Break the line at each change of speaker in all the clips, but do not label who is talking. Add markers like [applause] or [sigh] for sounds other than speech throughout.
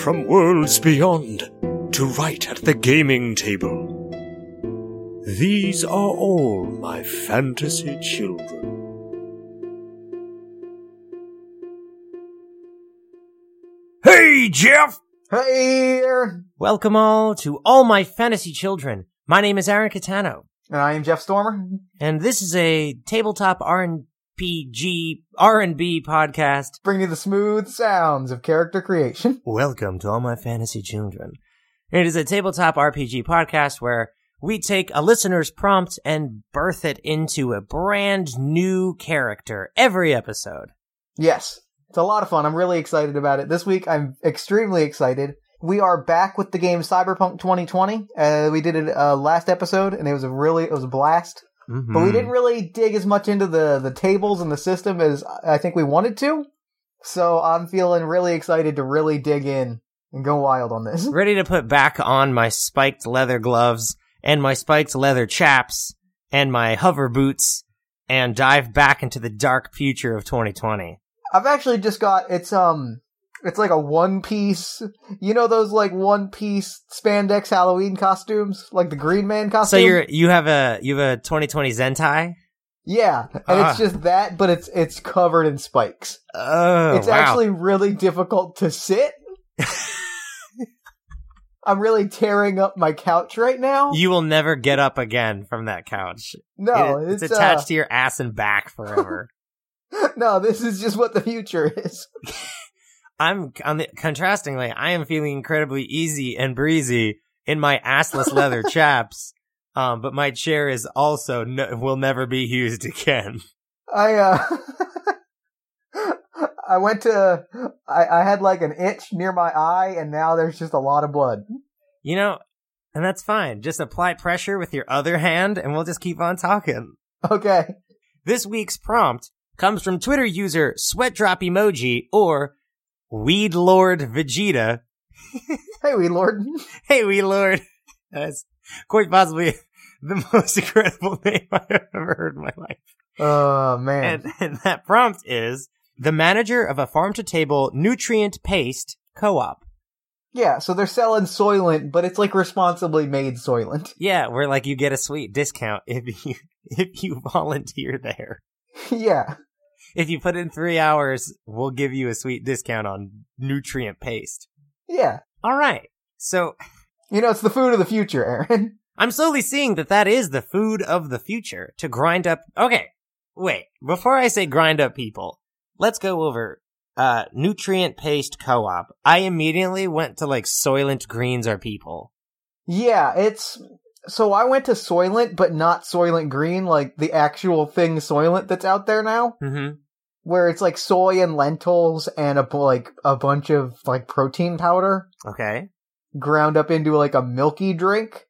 From worlds beyond to right at the gaming table. These are all my fantasy children. Hey, Jeff!
Hey!
Welcome all to all my fantasy children. My name is Aaron Catano,
And I am Jeff Stormer.
and this is a tabletop RPG R&B podcast.
Bringing you the smooth sounds of character creation.
Welcome to all my fantasy children. It is a tabletop RPG podcast where we take a listener's prompt and birth it into a brand new character every episode.
Yes, it's a lot of fun. I'm really excited about it. This week, I'm extremely excited. We are back with the game Cyberpunk 2020. Uh, we did it uh, last episode, and it was a really it was a blast. But
Hmm.
we didn't really dig as much into the the tables and the system as I think we wanted to. So I'm feeling really excited to really dig in and go wild on this.
ready to put back on my spiked leather gloves and my spiked leather chaps and my hover boots and dive back into the dark future of 2020.
I've actually just got it's um it's like a one piece you know those like one piece spandex Halloween costumes? Like the Green Man
So
costume?
you're you have a you have a 2020 Zentai.
Yeah. And
Ah.
it's just that, but it's it's covered in spikes.
Oh,
it's actually really difficult to
[laughs]
sit. I'm really tearing up my couch right now.
you will never get up again from that couch.
no,
It-
it's,
it's, attached to your ass and back forever.
uh, [laughs] no, this is just what the future is.
I'm on the contrastingly, I am feeling incredibly easy and breezy in my assless leather chaps. Um, but my chair is also no, will never be used again. [laughs]
I uh [laughs] I went to I, I had like an itch near my eye and now there's just a lot of blood. [laughs]
You know, and that's fine. Just apply pressure with your other hand and we'll just keep on talking.
Okay.
This week's prompt comes from Twitter user Sweat Drop Emoji or Weed Lord Vegeta. [laughs]
Hey we Lord. [laughs]
Hey, Weed Lord. [laughs] That's quite possibly [laughs] the most [laughs] incredible name I've ever heard in my life.
Oh man.
And, and that prompt is the manager of a farm to table nutrient paste co op.
yeah, so they're selling Soylent, but it's like responsibly made Soylent. [laughs]
Yeah, where like you get a sweet discount if you [laughs] if you volunteer there.
yeah.
if you put in three hours, we'll give you a sweet discount on nutrient paste.
Yeah.
All right. So
You know, it's the food of the future, Aaron. [laughs]
I'm slowly seeing that that is the food of the future to grind up. Okay. Wait, before I say grind up people, let's go over, uh, nutrient paste co-op. I immediately went to like Soylent Greens are people.
Yeah, it's so I went to Soylent, but not Soylent Green, like the actual thing Soylent that's out there now.
Mm-hmm.
where it's like soy and lentils and a bu- like a bunch of like protein powder
Okay.
ground up into like a milky drink.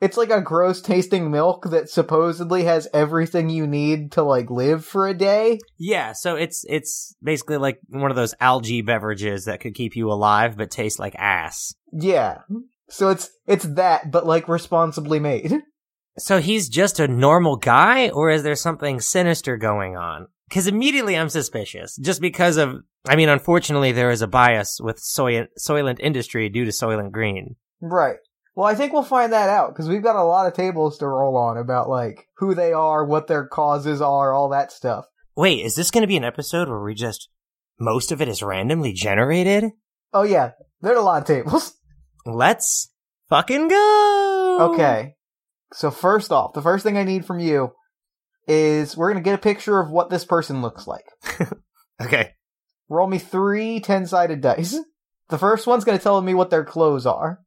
It's like a gross tasting milk that supposedly has everything you need to like live for a day.
Yeah. So it's, it's basically like one of those algae beverages that could keep you alive, but taste like ass.
Yeah. So it's it's that but like responsibly made. [laughs]
So he's just a normal guy, or is there something sinister going on? Because immediately I'm suspicious, just because of. I mean, unfortunately, there is a bias with soy- Soylent industry due to Soylent Green.
Right. Well, I think we'll find that out cuz we've got a lot of tables to roll on about like who they are, what their causes are, all that stuff.
Wait, is this going to be an episode where we just most of it is randomly generated?
Oh yeah, there are a lot of tables.
Let's fucking go.
Okay. So first off, the first thing I need from you is we're gonna get a picture of what this person looks like.
Okay.
Roll me three ten-sided dice. The first one's gonna tell me what their clothes are.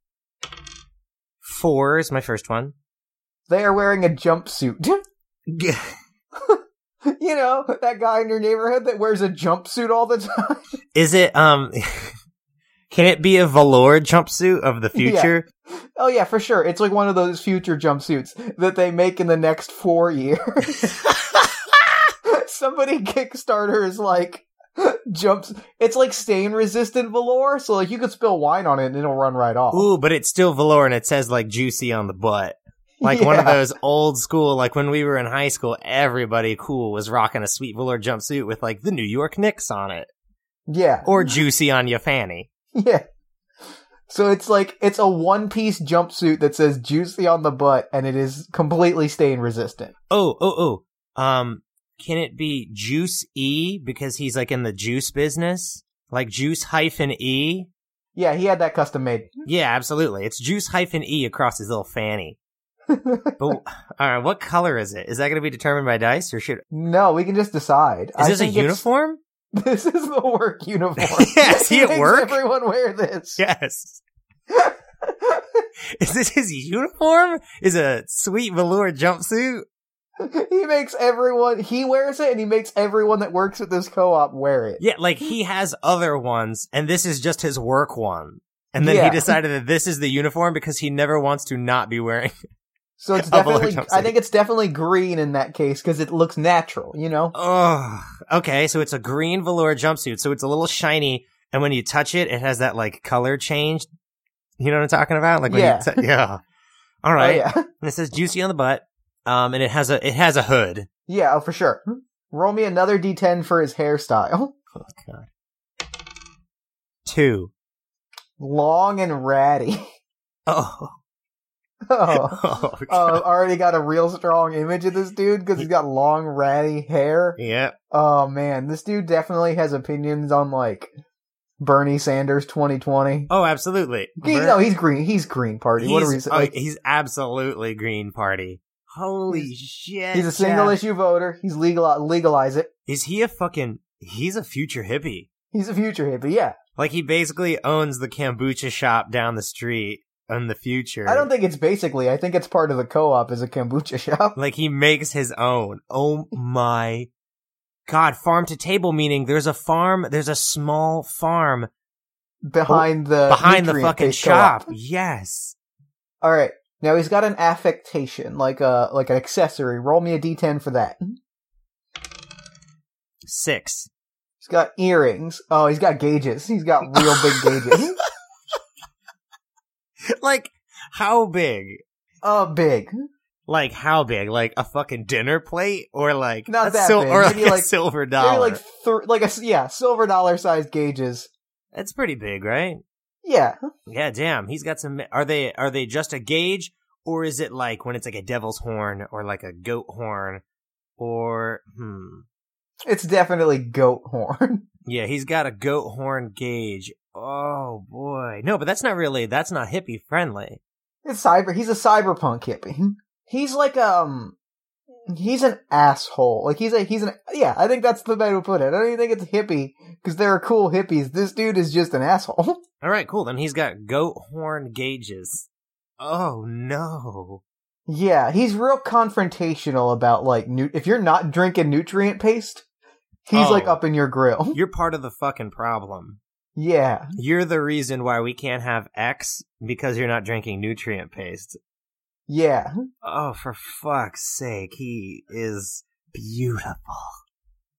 Four is my first one.
They are wearing a jumpsuit. [laughs] you know that guy in your neighborhood that wears a jumpsuit all the [laughs] time.
Is it um? [laughs] can it be a velour jumpsuit of the
Yeah.
future?
oh yeah, for sure. It's like one of those future jumpsuits that they make in the next four years. [laughs] somebody Kickstarter is like jumps. It's like stain resistant velour, so like you could spill wine on it and it'll run right off.
Ooh, but it's still velour and it says like juicy on the butt. Like one of
[laughs] Yeah.
those old school, like when we were in high school, everybody cool was rocking a sweet velour jumpsuit with like the New York Knicks on it
[laughs] Yeah,
or juicy on your fanny.
[laughs] yeah. So it's like it's a one piece jumpsuit that says juicy on the butt and it is completely stain resistant.
Oh, oh, oh. Um, can it be Juice E because he's like in the juice business? Like Juice hyphen E?
Mm-hmm. Yeah, he had that custom made. [laughs]
Yeah, absolutely. It's Juice hyphen E across his little fanny. but all right, what color is it? Is that going to be determined by dice or should? Is
No, we can just decide. I
this a
think it's-
uniform?
[laughs] This is the work uniform.
[laughs] Yeah, see,
[laughs] He
it
makes
work.
Everyone wear this.
Yes.
[laughs]
is this his uniform? Is a sweet velour jumpsuit?
[laughs] he makes everyone. He wears it, and he makes everyone that works at this co-op wear it.
Yeah, like he has other ones, and this is just his work one. And then
Yeah.
he decided that this is the uniform because he never wants to not be wearing. [laughs]
So it's
A velour
definitely.
jumpsuit.
I think it's definitely green in that case because it looks natural. You know.
Oh, okay. So it's a green velour jumpsuit. So it's a little shiny, and when you touch it, it has that like color change. You know what I'm talking about? Like when
Yeah.
you t-
[laughs]
yeah. All right.
Oh, yeah. [laughs]
And it says juicy on the butt. Um, and it has a it has a hood.
Yeah. Oh, for sure. Roll me another d10 for his hairstyle.
Oh god. Two.
Long and ratty. [laughs]
[laughs] Oh.
oh.
[laughs] oh
Uh,
God.
already got a real strong image of this dude because he's got long ratty hair.
yeah.
Oh man, this dude definitely has opinions on like Bernie Sanders 2020.
Oh, absolutely.
He-
Ver-
no, he's green. He's green party. what a
He's-
reason.
oh,
like,
he's absolutely Green Party. Holy shit!
he's a single
Jeff.
issue voter. He's legal legalize it.
Is he a fucking? He's a future hippie.
He's a future hippie. Yeah,
Like he basically owns the kombucha shop down the street in the future.
I don't think it's basically. I think it's part of the co-op as a
[laughs]
kombucha shop.
like he makes his own. Oh my god! Farm to table meaning there's a farm. There's a small farm
behind the
behind the fucking
nutrient-based co-op.
shop. Yes.
All right. Now he's got an affectation, like a like an accessory. Roll me a d10 for that.
Six. [laughs]
He's got earrings. Oh, he's got gauges. He's got real big gauges.
like how big?
Oh, big.
Like how big? Like a fucking dinner plate, or like
Not
a
that
sil-
big.
or
Maybe
like, a
like-
silver dollar.
Maybe like th- like a s- yeah silver dollar sized gauges.
That's pretty big, right?
Yeah,
Yeah, damn. He's got some. Are they are they just a gauge, or is it like when it's like a devil's horn or like a goat horn, or hmm?
it's definitely goat horn. [laughs]
Yeah, he's got a goat horn gauge. Oh boy, no, but that's not really that's not hippie friendly.
It's cyber. He's a cyberpunk hippie. He's like um, he's an asshole. Like he's a he's an yeah. I think that's the way to put it. I don't even think it's hippie because there are cool hippies. This dude is just an asshole. [laughs]
All right, cool. Then he's got goat horn gauges. Oh no.
yeah, he's real confrontational about like nu- if you're not drinking nutrient paste, he's
Oh.
like up in your grill.
You're part of the fucking problem.
[laughs] yeah,
You're the reason why we can't have X because you're not drinking nutrient paste.
yeah.
Oh, for fuck's sake, he is beautiful.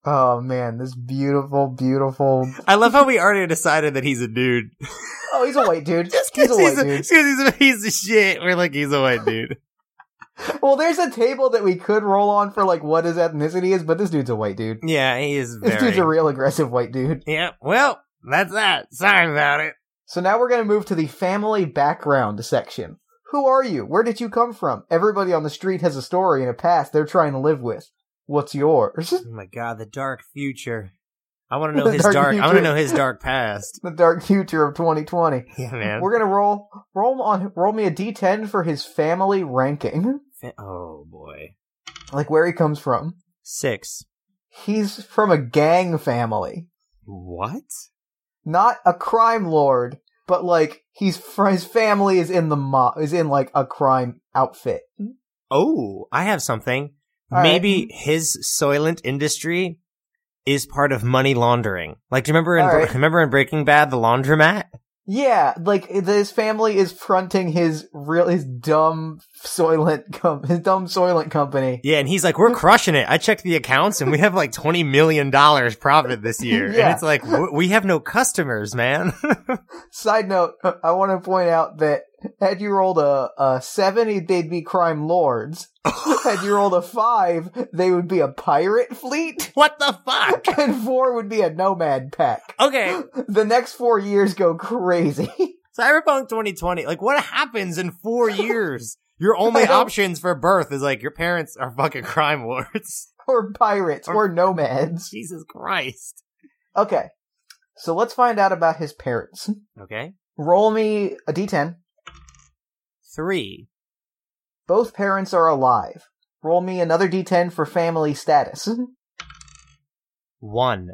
Oh man, this beautiful,
[laughs]
beautiful.
I love how we already decided that he's a
[laughs]
dude.
Oh, he's a white dude.
Just
he's
because
a white
he's, a-
dude.
just 'cause he's a piece of shit, we're like, he's a white
[laughs]
dude. [laughs]
Well, there's a table that we could roll on for like what his ethnicity is, but this dude's a white dude.
yeah, he is
This dude's a
very.
real aggressive white dude.
yeah, well, that's that. Sorry about it.
So now we're gonna move to the family background section. Who are you? Where did you come from? Everybody on the street has a story and a past they're trying to live with. What's yours?
Oh my god, the dark future. I
[laughs]
want to know his
Dark
dark. I want to
future.
know his
[laughs]
dark past.
The dark future of 2020.
Yeah, man.
We're gonna roll roll on roll me a d10 for his family ranking,
Fa- oh boy,
like where he comes from.
six.
He's from a gang family.
What?
not a crime lord, but like he's fr- his family is in the mob is in like a crime outfit.
Oh, I have something.
All right.
Maybe his soylent industry is part of money laundering. Like, do you remember in
All right.
remember in Breaking Bad, the laundromat?
Yeah, like his family is fronting his real his dumb soylent com- his dumb soylent company.
Yeah, and he's like,
[laughs]
we're crushing it. I checked the accounts and we have like $20 million profit this year.
Yeah.
And it's like, w- we have no customers, man. [laughs]
Side note: [laughs] I want to point out that had you rolled a, a seven, they'd be crime lords. had you rolled a five, they would be a pirate fleet, [laughs]
what the fuck?
and four would be a nomad pack.
Okay.
The next four years go crazy. [laughs]
Cyberpunk 2020, like what happens in four years? Your only options for birth is like your parents are fucking crime lords. [laughs]
or pirates
Or-
or nomads.
Jesus Christ.
Okay, so let's find out about his parents.
Okay.
Roll me a d10.
Three.
Both parents are alive. Roll me another d10 for family status. [laughs]
One.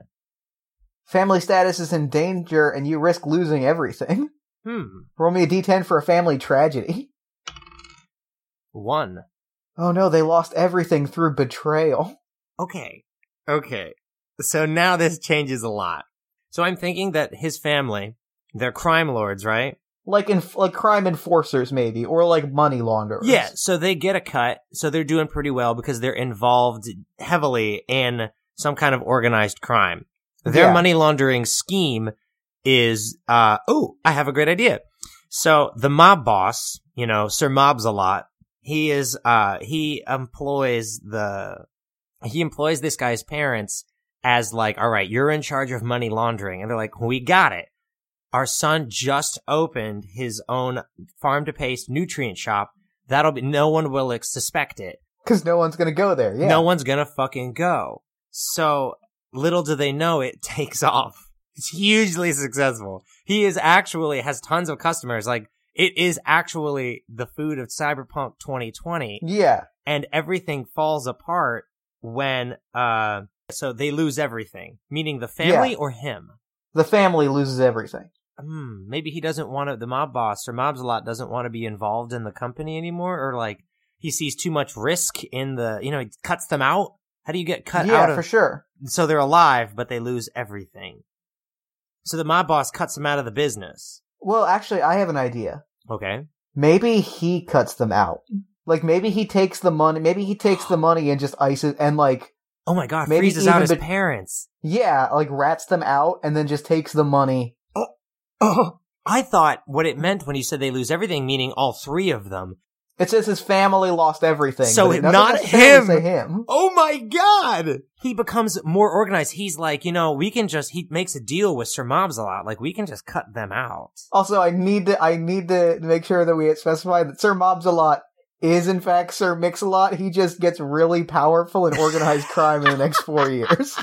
Family status is in danger and you risk losing everything.
Hmm.
Roll me a d10 for a family tragedy. [laughs]
One.
Oh no, they lost everything through betrayal. [laughs]
Okay. Okay. So now this changes a lot. So I'm thinking that his family, they're crime lords, right?
Like in like crime enforcers maybe or like money launderers.
Yeah, so they get a cut. So they're doing pretty well because they're involved heavily in some kind of organized crime. Their
Yeah.
money laundering scheme is uh oh, I have a great idea. So the mob boss, you know, Sir Mobs a lot, he is uh he employs the he employs this guy's parents as like, all right, you're in charge of money laundering. And they're like, we got it. Our son just opened his own farm to paste nutrient shop. That'll be, no one will like, suspect it.
Cuz no one's going to go there. Yeah.
No one's gonna fucking go. So little do they know it [laughs] takes off. It's hugely successful. He is actually has tons of customers. Like it is actually the food of Cyberpunk 2020
Yeah.
and everything falls apart when, uh, so they lose everything, meaning the family or him.
The family loses everything.
Hmm, maybe he doesn't want to, the mob boss or mobs a lot doesn't want to be involved in the company anymore, or like he sees too much risk in the, you know, he cuts them out. How do you get cut
yeah,
out of?
for sure.
So they're alive, but they lose everything. So the mob boss cuts them out of the business.
Well, actually I have an idea.
Okay.
Maybe he cuts them out. Like maybe he takes the money, maybe he takes the money and just ices and like
Oh my god,
Maybe
freezes out
even
his
bet-
parents.
yeah, like rats them out and then just takes the money.
Oh, I thought what it meant when you said they lose everything, meaning all three of them.
It says his family lost everything.
So
but
it-
it doesn't
not
necessarily
him.
say him.
Oh my god! He becomes more organized. He's like, you know, we can just, he makes a deal with Sir Mobs a lot. Like, we can just cut them out.
Also, I need to I need to make sure that we specify that Sir Mobs-a-Lot is in fact Sir Mix-a-Lot. He just gets really powerful
[laughs]
in organized crime in the next four years.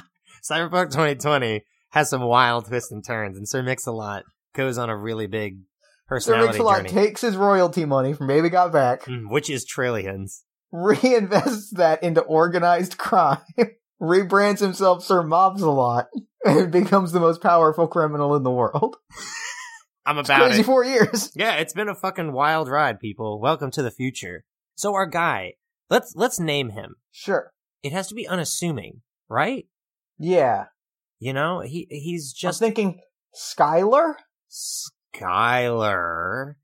Cyberpunk 2020 has some wild twists and turns, and Sir Mix-a-Lot goes on a really big
Sir
personality
Mix-a-Lot
journey,
takes his royalty money from Baby Got Back,
Mm, which is trillions.
reinvests that into organized crime, [laughs] rebrands himself Sir Mobs-a-Lot, and becomes the most powerful criminal in the world.
I'm
It's
about
crazy
it.
four years.
Yeah, it's been a fucking wild ride, people. Welcome to the future. So our guy, let's let's name him.
Sure.
It has to be unassuming, right?
Yeah.
You know, he he's just
Just thinking Skylar?
Skylar.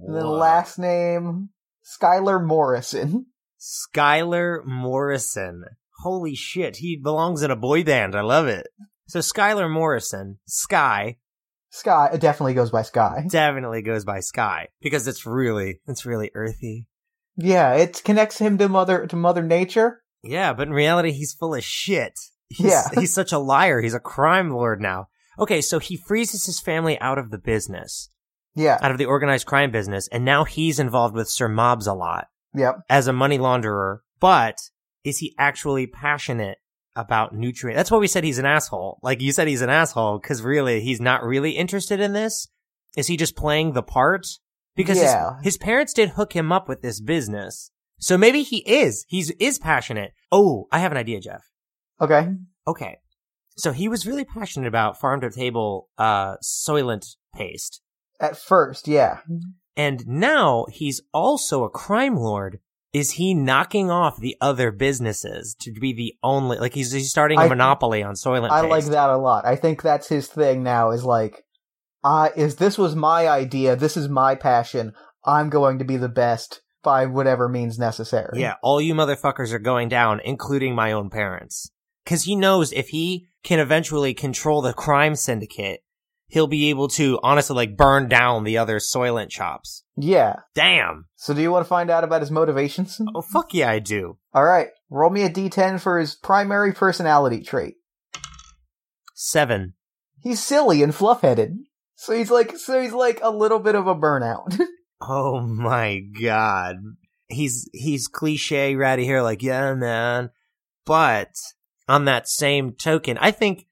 And then
Whoa.
last name Skylar Morrison.
Skylar Morrison. Holy shit, he belongs in a boy band. I love it. So Skylar Morrison, Sky,
Sky it definitely goes by Sky.
definitely goes by Sky because it's really it's really earthy.
Yeah, it connects him to mother to Mother Nature.
Yeah, but in reality, he's full of shit. He's,
Yeah.
he's such a liar. He's a crime lord now. Okay, so he freezes his family out of the business,
Yeah.
out of the organized crime business, and now he's involved with Sir Mobs a lot
Yep.
as a money launderer. But is he actually passionate about nutrient? That's why we said he's an asshole. Like you said, he's an asshole because really, he's not really interested in this. Is he just playing the part? Because his-
Yeah.
his parents did hook him up with this business. So maybe he is. He's is passionate. Oh, I have an idea, Jeff
Okay.
okay. So he was really passionate about farm to table uh soylent paste.
At first, yeah.
And now he's also a crime lord. Is he knocking off the other businesses to be the only like he's he's starting a
I-
monopoly on soylent
I
paste.
like that a lot. I think that's his thing now is like I is this was my idea, this is my passion. I'm going to be the best by whatever means necessary.
Yeah, all you motherfuckers are going down, including my own parents. Cause he knows if he can eventually control the crime syndicate, he'll be able to honestly like burn down the other soylent shops.
Yeah.
Damn.
So do you want to find out about his motivations?
Oh fuck yeah I do.
All right. Roll me a d10 for his primary personality trait.
Seven.
He's silly and fluff-headed. So he's like, so he's like a little bit of a burnout.
Oh my god. He's he's cliche ratty hair like, yeah man. But on that same token, I think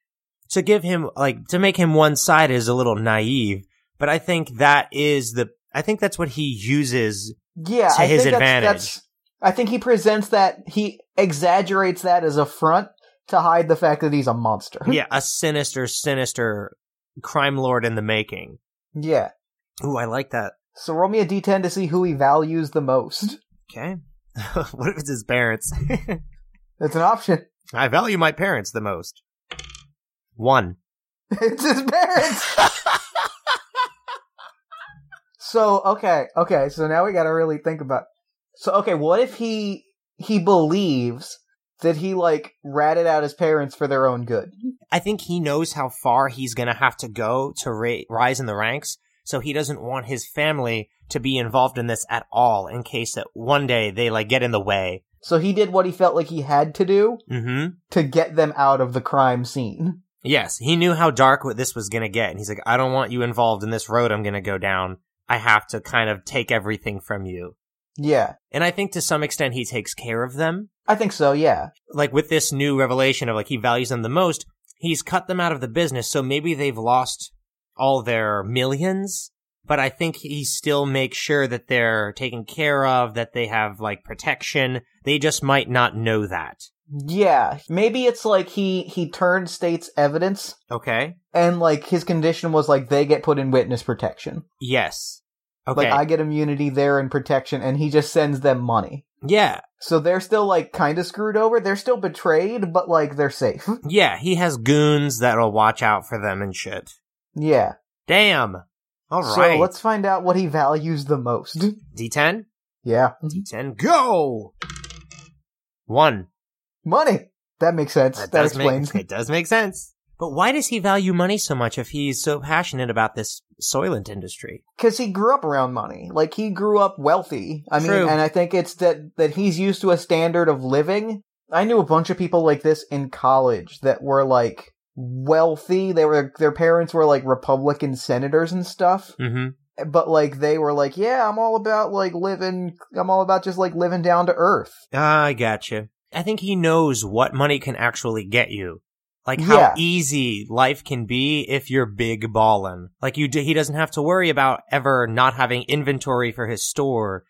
to give him like to make him one side is a little naive, but I think that is the I think that's what he uses.
yeah,
To
I
his
think
advantage.
That's, that's, I think he presents that he exaggerates that as a front to hide the fact that he's a monster.
Yeah, a sinister, sinister crime lord in the making.
[laughs] yeah.
Ooh, I like that.
So roll me a d10 to see who he values the most.
Okay. [laughs] what if it's his parents? [laughs]
That's an option. [laughs]
I value my parents the most. One.
It's his parents.
[laughs]
so okay, okay. So now we got to really think about. So okay, what if he he believes that he like ratted out his parents for their own good?
I think he knows how far he's going to have to go to ra- rise in the ranks, so he doesn't want his family to be involved in this at all in case that one day they like get in the way.
So he did what he felt like he had to do
Mhm.
to get them out of the crime scene.
Yes, he knew how dark what this was going to get and he's like I don't want you involved in this road I'm going to go down. I have to kind of take everything from you.
Yeah,
And I think to some extent he takes care of them.
I think so. Yeah,
Like with this new revelation of like he values them the most, he's cut them out of the business, so maybe they've lost all their millions, but I think he still makes sure that they're taken care of, that they have like protection. They just might not know that.
yeah. Maybe it's like he he turned state's evidence,
Okay.
and like his condition was like they get put in witness protection.
Yes. Okay.
Like I get immunity, they're in protection, and he just sends them money.
yeah.
So they're still like kind of screwed over. They're still betrayed, but like they're safe.
Yeah. He has goons that'll watch out for them and shit.
yeah.
Damn. All
so
right.
let's find out what he values the
[laughs]
most.
D10?
Yeah.
D10, go! One.
Money. That makes sense. That,
does
explains.
Make, it does make sense. But why does he value money so much if he's so passionate about this Soylent industry?
Cause he grew up around money. Like he grew up wealthy. I mean,
True.
and I think it's that, that he's used to a standard of living. I knew a bunch of people like this in college that were like wealthy. They were, their parents were like Republican senators and stuff.
Mm-hmm.
but like they were like, yeah, I'm all about like living. I'm all about just like living down to earth.
Ah, I gotcha. I think he knows what money can actually get you. Like how
Yeah.
easy life can be if you're big ballin'. Like you, d- he doesn't have to worry about ever not having inventory for his store,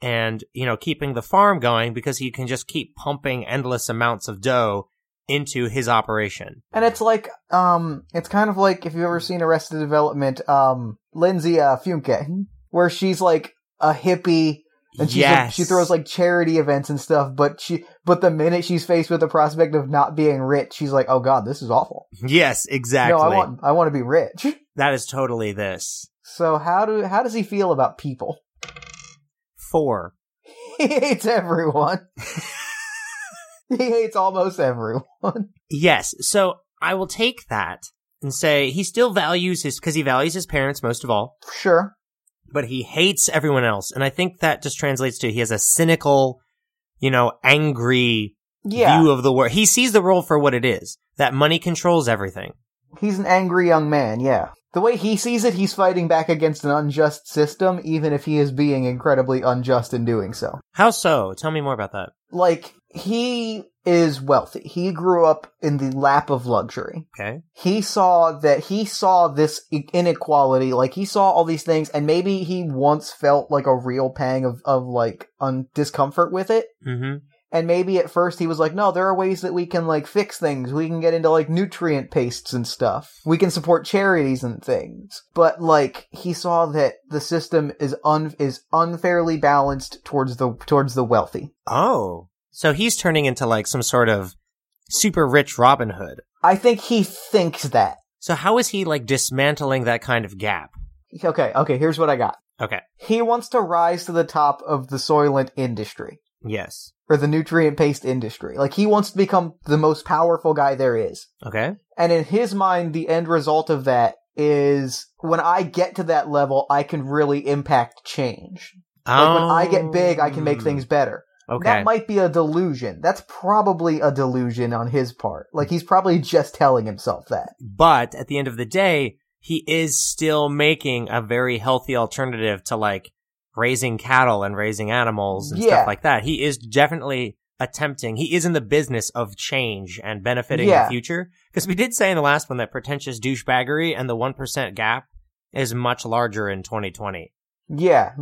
and you know keeping the farm going because he can just keep pumping endless amounts of dough into his operation.
And it's like, um, it's kind of like if you've ever seen Arrested Development, um, Lindsay uh, Fumke, where she's like a hippie and she's like-
yes.
she throws like charity events and stuff. But she, but the minute she's faced with the prospect of not being rich, she's like, oh god, this is awful.
yes, exactly.
No, I want, I want to be rich. [laughs]
That is totally this.
So how do how does he feel about people? [laughs]
Four.
He hates everyone. [laughs] he hates almost everyone.
Yes. So I will take that and say he still values his, because he values his parents most of all,
Sure.
but he hates everyone else. And I think that just translates to he has a cynical, you know, angry
Yeah,
view of the world. He sees the world for what it is that money controls everything.
he's an angry young man, yeah. The way he sees it, he's fighting back against an unjust system, even if he is being incredibly unjust in doing so.
How so? Tell me more about that.
Like, he is wealthy. He grew up in the lap of luxury.
Okay.
He saw that he saw this i- inequality, like he saw all these things, and maybe he once felt like a real pang of, of like un- discomfort with it.
Mm
And maybe at first he was like, no, there are ways that we can like fix things. We can get into like nutrient pastes and stuff. We can support charities and things. But like he saw that the system is un is unfairly balanced towards the towards the wealthy.
hmm. Oh. So he's turning into like some sort of super rich Robin Hood.
I think he thinks that.
So how is he like dismantling that kind of gap?
Okay, okay, here's what I got.
Okay.
He wants to rise to the top of the soylent industry
Yes.
or the nutrient paste industry. Like he wants to become the most powerful guy there is.
Okay.
And in his mind, the end result of that is when I get to that level, I can really impact change. Like when I get big, I can make things better.
Oh, Okay.
That might be a delusion. That's probably a delusion on his part. Like he's probably just telling himself that.
but at the end of the day, he is still making a very healthy alternative to like raising cattle and raising animals and
Yeah.
stuff like that. He is definitely attempting. He is in the business of change and benefiting
Yeah.
the future. Because we did say in the last one that pretentious douchebaggery and the one percent gap is much larger in 2020.
Yeah.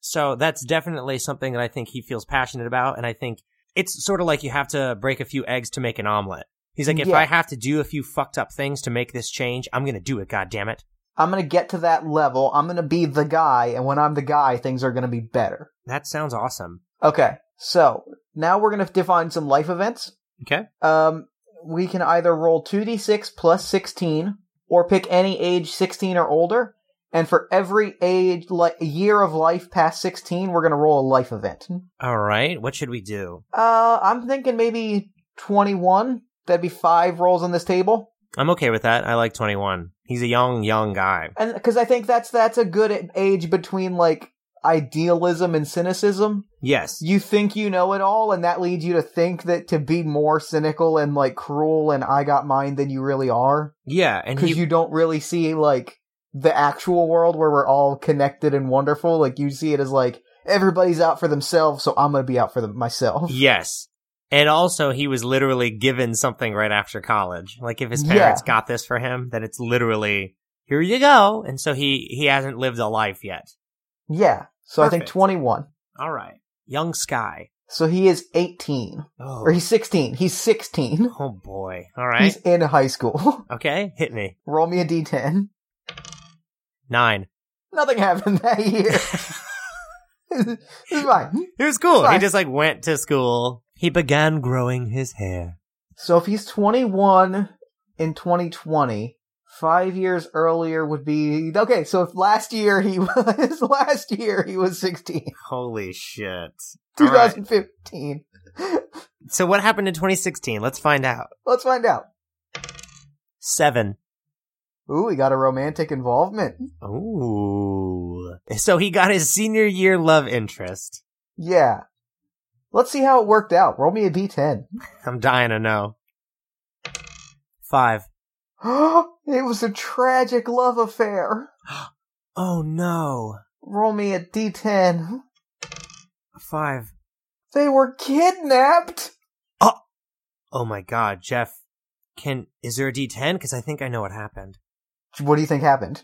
So that's definitely something that I think he feels passionate about. And I think it's sort of like you have to break a few eggs to make an omelet. He's like, if
Yeah.
I have to do a few fucked up things to make this change, I'm going to do it, God damn it.
I'm going to get to that level. I'm going to be the guy. And when I'm the guy, things are going to be better.
That sounds awesome.
Okay. So now we're going to define some life events.
Okay.
Um, we can either roll 2d6 plus 16 or pick any age 16 or older. And for every age, like year of life past 16, we're going to roll a life event.
All right. What should we do?
Uh, I'm thinking maybe 21. That'd be five rolls on this table.
I'm okay with that. I like 21. He's a young, young guy.
And because I think that's, that's a good age between like idealism and cynicism.
Yes.
You think you know it all, and that leads you to think that to be more cynical and like cruel and I got mine than you really are.
Yeah. And
because
he,
you don't really see like the actual world where we're all connected and wonderful. Like you see it as like everybody's out for themselves, so I'm gonna be out for them
[laughs]
myself.
yes. And also, he was literally given something right after college. Like, if his
Yeah.
parents got this for him, then it's literally, here you go. And so he, he hasn't lived a life yet.
Yeah. So I think
Perfect.
21.
All right. Young Sky.
So he is 18
Oh,
or he's 16. He's 16.
oh boy. All right.
He's in high school. [laughs]
okay. Hit me.
Roll me a d10.
Nine.
Nothing happened
[laughs]
that year. [laughs] it's fine.
It was cool. He
Fine.
just like went to school. He began growing his hair.
So if he's 21 in 2020, five years earlier would be okay. So if last year he [laughs] was last year he was 16,
Holy shit. All right.
2015.
So what happened in 2016? Let's find out.
Let's find out.
Seven.
Ooh, we got a romantic involvement.
Ooh. So he got his senior year love interest.
Yeah. Let's see how it worked out. Roll me a d10.
I'm dying to know. Five.
[gasps] it was a tragic love affair.
Oh no.
Roll me a d10.
Five.
They were kidnapped.
Oh my god, Jeff. Can, is there a D10? Cause I think I know what happened.
What do you think happened?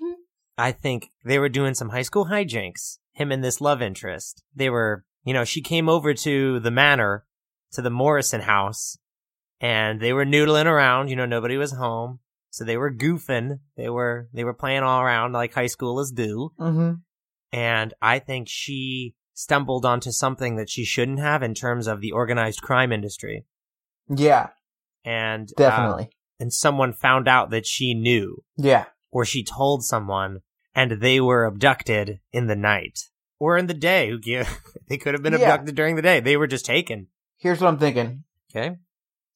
I think they were doing some high school hijinks. Him and this love interest. They were, you know, she came over to the manor, to the Morrison house, and they were noodling around. You know, nobody was home, so they were goofing. They were they were playing all around like high schoolers do.
Mm-hmm.
And I think she stumbled onto something that she shouldn't have in terms of the organized crime industry.
Yeah,
And uh,
definitely.
and someone found out that she knew.
yeah.
or she told someone and they were abducted in the night or in the day. Who gi- [laughs] they could have been
Yeah.
abducted during the day. They were just taken.
Here's what I'm thinking.
Okay.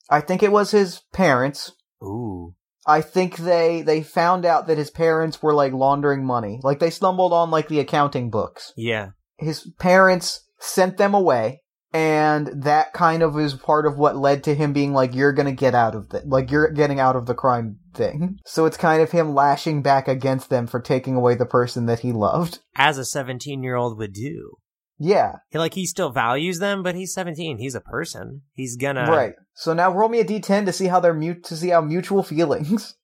I think it was his parents.
Ooh.
I think they they found out that his parents were like laundering money. Like they stumbled on like the accounting books.
Yeah.
His parents sent them away and that kind of is part of what led to him being like you're going to get out of this. Like you're getting out of the crime thing. So it's kind of him lashing back against them for taking away the person that he loved.
As a 17 year old would do.
Yeah.
He, like, he still values them, but he's 17. He's a person. He's gonna.
Right. So now roll me a d10 to see how they're mute to see how mutual [laughs] feelings.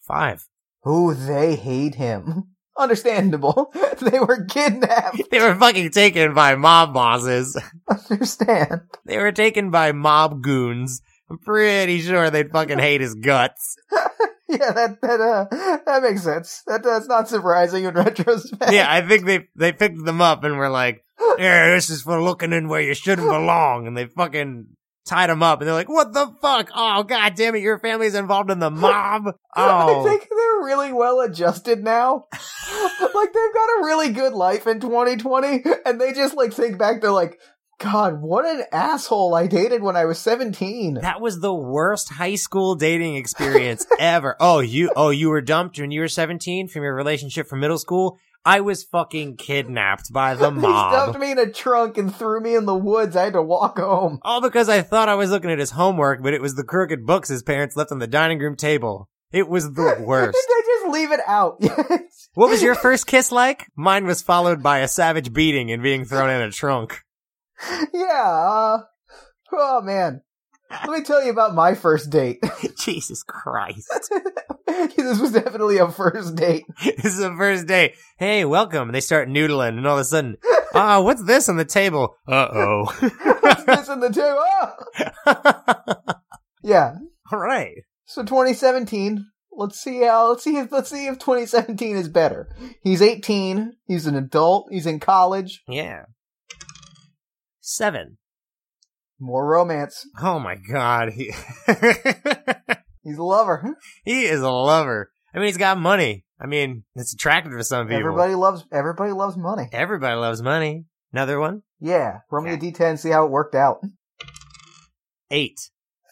Five.
Ooh, they hate him. [laughs] Understandable. [laughs] they were kidnapped. [laughs]
They were fucking taken by mob bosses. [laughs]
Understand.
They were taken by mob goons. I'm pretty sure they'd fucking hate his guts.
Yeah, that that uh, that makes sense. That that's not surprising in [laughs] retrospect.
yeah, I think they they picked them up and were like, "Yeah, this is for looking in where you shouldn't belong," and they fucking tied them up. And they're like, "What the fuck? Oh, god damn it! Your family's involved in the mob."
I
Oh,
think they're really well
[laughs]
adjusted now. like they've got a really good life in 2020, and they just like think back. They're like, God, what an asshole I dated when I was 17.
that was the worst high school dating experience ever. Oh, you oh you were dumped when you were seventeen from your relationship from middle school. I was fucking kidnapped by
[laughs]
the
They stuffed
mob.
me in a trunk and threw me in the woods. I had to walk home.
All because I thought I was looking at his homework, but it was the crooked books his parents left on the dining room table. It was the worst.
Did [laughs] they just leave it out? [laughs]
What was your first kiss like? Mine was followed by a savage beating and being thrown in a trunk.
yeah. Uh, oh man. Let me tell you about my first date.
[laughs]
[laughs]
Jesus Christ.
this was definitely a first date.
[laughs]
[laughs]
This is the first day. Hey, welcome. And they start noodling and all of a sudden, ah, what's this on the table? Uh oh.
What's this in the two? Oh!
[laughs] all
Yeah.
right.
So 2017. Let's see how. Let's see. If, let's see if 2017 is better. He's 18. He's an adult. He's in college.
Yeah. Seven.
More romance.
Oh my god. He, [laughs]
He's a lover.
he is a lover. I mean, he's got money. I mean, it's attractive to some people.
Everybody loves. Everybody loves money.
Everybody loves money. Another one.
Yeah. Roll me a D10. See how it worked out.
Eight.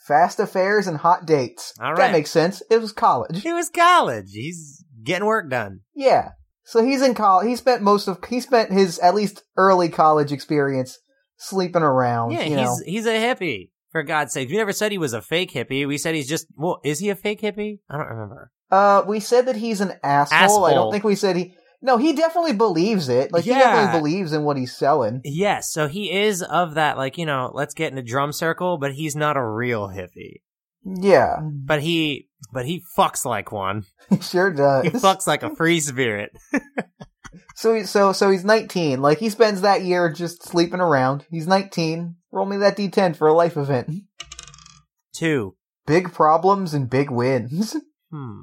Fast affairs and hot dates.
All right.
That makes sense. It was college.
He was college. He's getting work done.
Yeah. So he's in college. He spent most of. He spent his at least early college experience sleeping around.
Yeah, he's
you know.
he's a hippie. For God's sake, we never said he was a fake hippie. We said he's just. Well, is he a fake hippie? I don't remember.
Uh, we said that he's an asshole. I
Asshole.
don't think we said he. No, he definitely believes it. Like
Yeah.
he definitely believes in what he's selling.
Yes, so he is of that, like you know, let's get in a drum circle, but he's not a real hippie.
Yeah, [laughs]
But he, but he fucks like one.
he sure
He
does.
fucks like a free spirit.
So he, so so he's 19. Like he spends that year just sleeping around. He's 19. Roll me that d10 for a life event.
Two.
Big problems and big wins.
Hmm.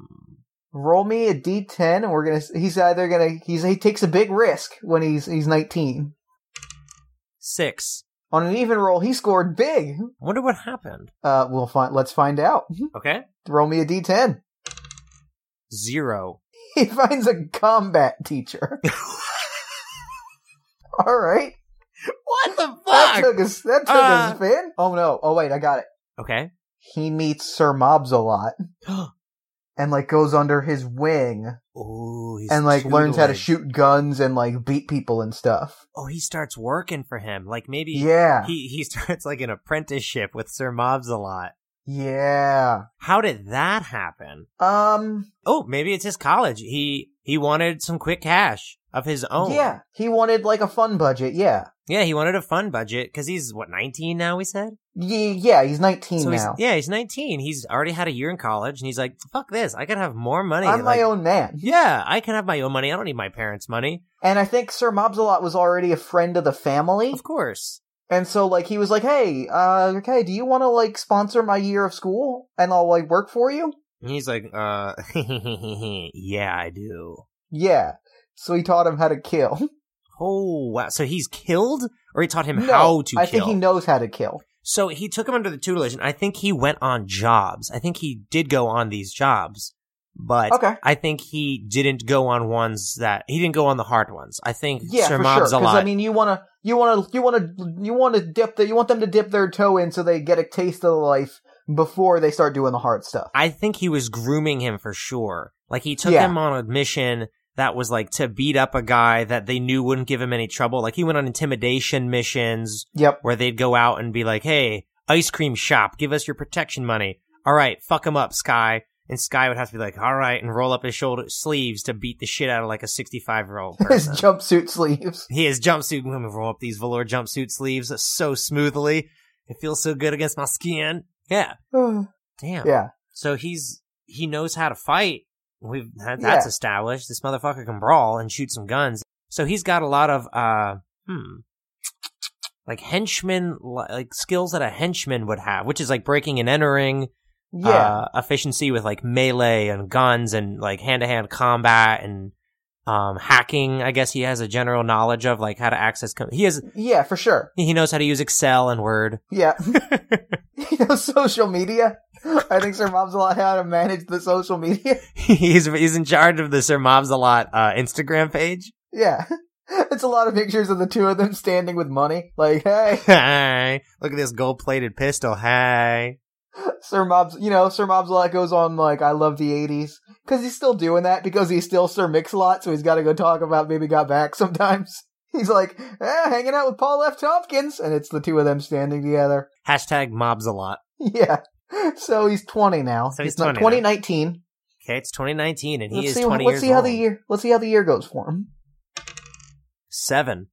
Roll me a d10, and we're gonna. He's either gonna. He's he takes a big risk when he's he's 19.
Six.
On an even roll, he scored big.
I wonder what happened.
Uh, we'll find. Let's find out.
Okay.
Roll me a d10.
Zero.
[laughs] He finds a combat
[laughs]
teacher. [laughs] All right.
What the
That
fuck?
took a, that took
Uh.
a spin. Oh no. Oh wait, I got it.
Okay.
He meets Sir Mobs a lot
[gasps]
and like goes under his wing
Ooh, he's
and like learns how to
tutelage.
shoot guns and like beat people and stuff.
Oh, he starts working for him. Like maybe
Yeah.
he he [laughs] starts like an apprenticeship with Sir Mobs a lot.
yeah.
How did that happen?
Um
Oh, maybe it's his college. He he wanted some quick cash of his own.
yeah, he wanted like a fun budget. Yeah.
yeah. He wanted a fun budget because he's what nineteen now. We said
Ye yeah, he's 19
so. He's,
now.
yeah, he's nineteen. He's already had a year in college, and he's like, "Fuck this! I can have more money."
I'm
Like,
my own man.
[laughs] Yeah, I can have my own money. I don't need my parents' money.
And I think Sir Mobsalot was already a friend of the family.
Of course.
And so like he was like, "Hey, uh okay, do you want to like sponsor my year of school and I'll like work for you?"
And he's like, uh, [laughs] yeah, I do.
Yeah. So he taught him how to
[laughs]
kill.
Oh wow! So he's killed, or he taught him
No,
how to
I
kill.
think he knows how to kill.
So he took him under the tutelage, and I think he went on jobs. I think he did go on these jobs, but
Okay.
I think he didn't go on ones that he didn't go on the hard ones. I think
Yeah,
Sir
for sure.
Mob's a
Because
lot.
I mean, you want to, you want to, you want to, you want to dip the, you want them to dip their toe in so they get a taste of life before they start doing the hard stuff.
I think he was grooming him for sure. Like he took
Yeah.
him on a mission that was like to beat up a guy that they knew wouldn't give him any trouble. Like he went on intimidation missions
Yep.
where they'd go out and be like, "Hey, ice cream shop, give us your protection money." All right, fuck him up, Sky. And Sky would have to be like, "All right," and roll up his shoulder sleeves to beat the shit out of like a sixty-five-year-old
His
person.
jumpsuit sleeves.
he is jumpsuit. I'm gonna roll up these velour jumpsuit sleeves so smoothly. It feels so good against my skin. [laughs] Yeah,
yeah.
damn. So he's he knows how to fight. We've that, that's
Yeah.
established. This motherfucker can brawl and shoot some guns. So he's got a lot of uh hmm like henchman li- like skills that a henchman would have, which is like breaking and entering,
Yeah.
uh, efficiency with like melee and guns and like hand to hand combat and um hacking. I guess he has a general knowledge of like how to access. Com- he has
yeah, for sure.
he knows how to use Excel and Word. [laughs]
Yeah. [laughs] you know, social media. I think Sir Mom's a lot how to manage the social media. [laughs]
he's he's in charge of the Sir Mobs a lot uh, Instagram page.
Yeah. It's a lot of pictures of the two of them standing with money. Like, hey,
Hey, look at this gold plated pistol. Hey.
Sir Mobs, you know, Sir Mobs a lot goes on like I love the '80s because he's still doing that because he's still Sir Mix a lot, so he's got to go talk about Baby Got Back sometimes. [laughs] He's like eh, hanging out with Paul F. Tompkins, and it's the two of them standing together. [laughs]
Hashtag mobs a lot.
Yeah, so he's 20 now.
So he's
not-
20
2019.
Okay, it's 2019 and he
let's
is
see,
20
let's
years
see how
old.
the year let's see how the year goes for him.
Seven.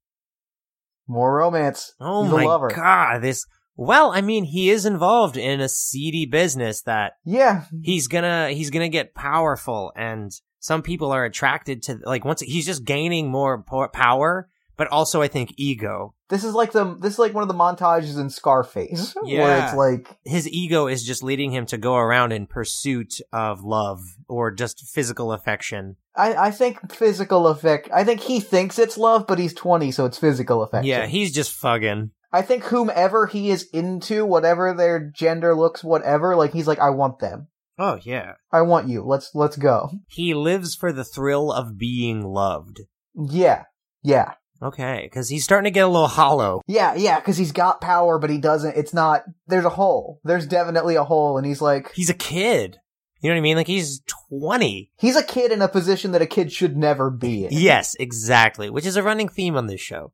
More romance.
Oh
He's a
my
lover.
god, this. Well, I mean, he is involved in a seedy business that
Yeah,
he's gonna he's gonna get powerful, and some people are attracted to like once he's just gaining more po- power, but also I think ego.
this is like the this is like one of the montages in Scarface [laughs] where
Yeah.
it's like
His ego is just leading him to go around in pursuit of love or just physical affection.
I, I think physical effect. I think he thinks it's love, but he's twenty, so it's physical affection.
Yeah, he's just fucking.
I think whomever he is into, whatever their gender looks, whatever, like he's like, I want them.
Oh yeah.
I want you. Let's let's go.
He lives for the thrill of being loved.
Yeah, yeah,
Okay, because he's starting to get a little hollow.
yeah, yeah. Because he's got power, but he doesn't. It's not. There's a hole. There's definitely a hole, and he's like,
He's a kid. You know what I mean? Like he's 20.
he's a kid in a position that a kid should never be in.
Yes, exactly, which is a running theme on this show.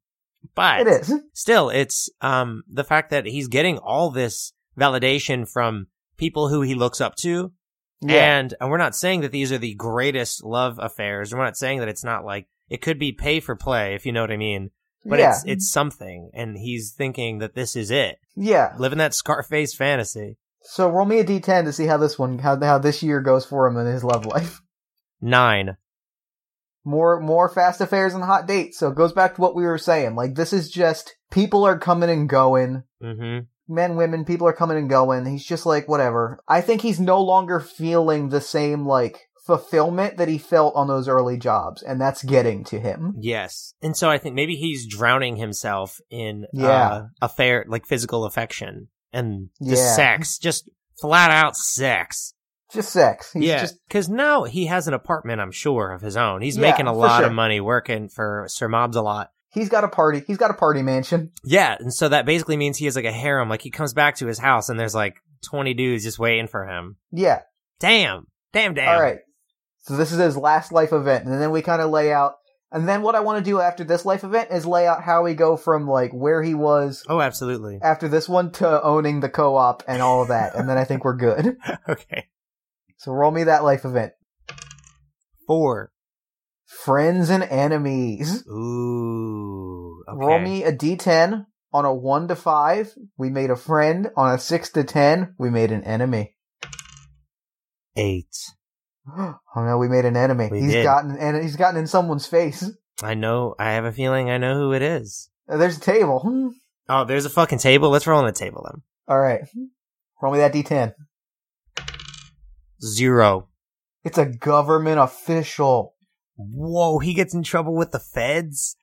But
It is.
still, it's um the fact that he's getting all this validation from people who he looks up to.
Yeah,
And, and we're not saying that these are the greatest love affairs. We're not saying that it's not like it could be pay for play, if you know what I mean. But
yeah,
it's it's something, and he's thinking that this is it.
yeah.
Living that Scarface fantasy.
So roll me a d10 to see how this one, how how this year goes for him in his love life. [laughs]
Nine.
more more fast affairs and hot dates. So it goes back to what we were saying. Like this is just people are coming and going.
Mm-hmm.
Men, women, people are coming and going. He's just like whatever. I think he's no longer feeling the same like fulfillment that he felt on those early jobs, and that's getting to him.
Yes. And so I think maybe he's drowning himself in uh,
Yeah.
affair like physical affection and just
Yeah.
sex, just flat out sex.
Just sex. He's
yeah.
just
Cuz now he has an apartment, I'm sure, of his own. He's
Yeah,
making a
for
lot
sure.
of money working for Sir Mobs a lot.
he's got a party. He's got a party mansion.
Yeah, and so that basically means he has like a harem. Like he comes back to his house and there's like 20 dudes just waiting for him.
Yeah.
Damn. Damn, damn.
All right. So this is his last life event, and then we kind of lay out. And then what I want to do after this life event is lay out how we go from like where he was
Oh, absolutely. [laughs]
after this one to owning the co-op and all of that, and then I think we're good.
[laughs] okay.
So roll me that life event.
4.
Friends and enemies.
Ooh. Okay.
Roll me a d10 on a 1 to 5. We made a friend. On a 6 to 10, we made an enemy. [gasps]
8.
Oh no, we made an enemy.
We
he's
did.
gotten and he's gotten in someone's face.
I know. I have a feeling I know who it is.
Uh, There's a table. [laughs] Hmm.
Oh, there's a fucking table. Let's roll on the table then.
All right. Roll me that d10.
Zero.
It's a government official.
Whoa, he gets in trouble with the feds.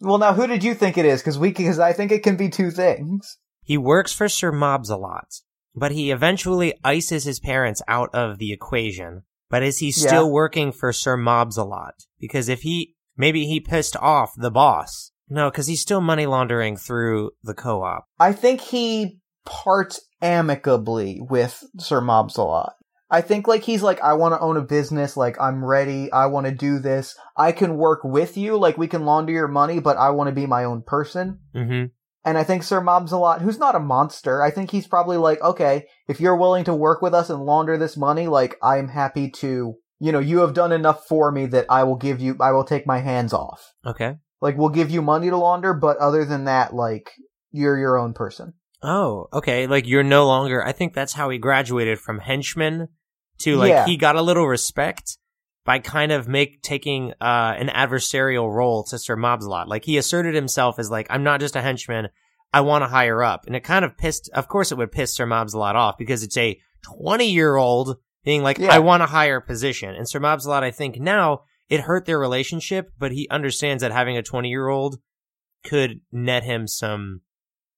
Well, now who did you think it is? Cuz we cuz I think it can be two things.
He works for Sir Mobs a lot, but he eventually ices his parents out of the equation. But is he still
Yeah.
working for Sir Mobs a lot? Because if he maybe he pissed off the boss. No, because he's still money laundering through the co-op.
I think he parts amicably with Sir Mobs a lot. I think like he's like, I want to own a business, like I'm ready, I want to do this, I can work with you, like we can launder your money, but I want to be my own person.
Mm-hmm.
And I think Sir Mobs a lot, who's not a monster, I think he's probably like, okay, if you're willing to work with us and launder this money, like I'm happy to, you know, you have done enough for me that I will give you, I will take my hands off.
Okay.
Like we'll give you money to launder, but other than that, like you're your own person.
Oh, okay. Like you're no longer. I think that's how he graduated from henchman to like
Yeah.
he got a little respect by kind of make taking uh, an adversarial role to Sir Mobs a lot. Like he asserted himself as like I'm not just a henchman. I want to higher up, and it kind of pissed. Of course, it would piss Sir Mobs a lot off because it's a 20 year old being like
Yeah.
I want a higher position, and Sir Mobs a lot. I think now it hurt their relationship, but he understands that having a 20 year old could net him some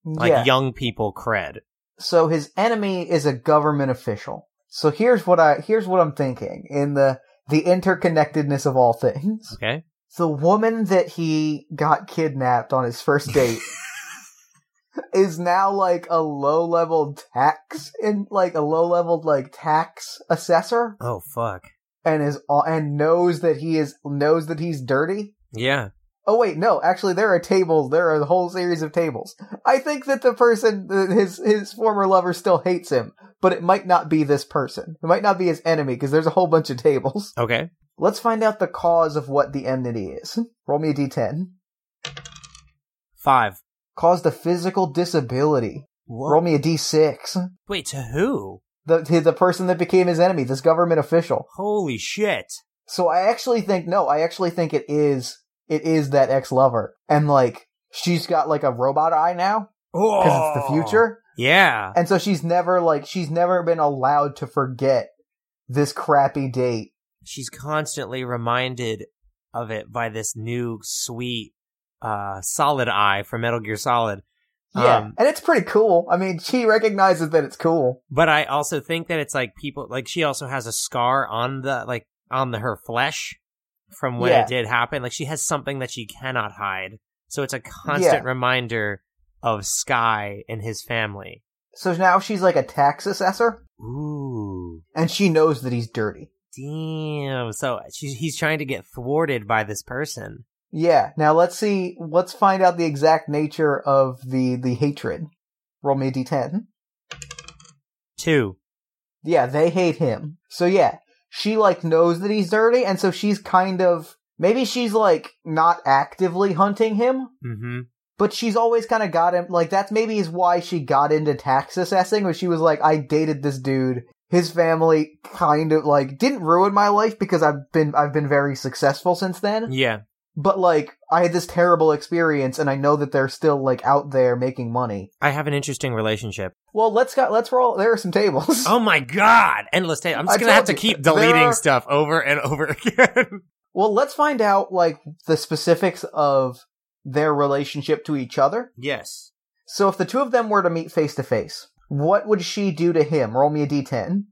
like
yeah.
young people cred.
so his enemy is a government official. So here's what I here's what I'm thinking in the the interconnectedness of all things.
Okay.
The woman that he got kidnapped on his
[laughs]
first date is now like a low level tax and like a low level like tax assessor
Oh fuck.
and is all and knows that he is knows that he's dirty.
Yeah.
Oh wait, no. Actually, there are tables. There are a whole series of tables. I think that the person, his his former lover, still hates him, but it might not be this person. It might not be his enemy because there's a whole bunch of tables. [laughs]
Okay.
Let's find out the cause of what the enmity is. Roll me a d10.
Five.
Caused a physical disability.
Whoa.
Roll me a d6.
Wait, to who?
The, to the person that became his enemy, this government official.
Holy shit.
So I actually think, no, I actually think it is, it is that ex-lover. And like, she's got like a robot eye now
Oh.
because it's the future.
Yeah.
And so she's never like, she's never been allowed to forget this crappy date.
She's constantly reminded of it by this new sweet uh solid eye from Metal Gear Solid.
Yeah.
Um,
and it's pretty cool. I mean, she recognizes that it's cool.
But I also think that it's like people like she also has a scar on the like on the her flesh from when
Yeah.
it did happen. Like she has something that she cannot hide. So it's a constant reminder of Sky and his family.
So now she's like a tax assessor
Ooh.
and she knows that he's dirty.
Damn. So she, he's trying to get thwarted by this person.
Yeah. Now let's see. Let's find out the exact nature of the the hatred. Roll me a d10.
Two.
Yeah, they hate him. So yeah, she like knows that he's dirty, and so she's kind of maybe she's like not actively hunting him,
Mm-hmm.
but she's always kind of got him. Like that's maybe is why she got into tax assessing, where she was like, I dated this dude. His family kind of like didn't ruin my life because I've been I've been very successful since then.
Yeah.
but like I had this terrible experience and I know that they're still like out there making money.
I have an interesting relationship.
Well, let's go let's roll there are some tables.
Oh my god! Endless tape. I'm just
I
gonna have to
told you,
keep
there
deleting
are-
stuff over and over [laughs] again.
[laughs] Well, let's find out like the specifics of their relationship to each other.
yes.
So if the two of them were to meet face to face, what would she do to him? Roll me a d10.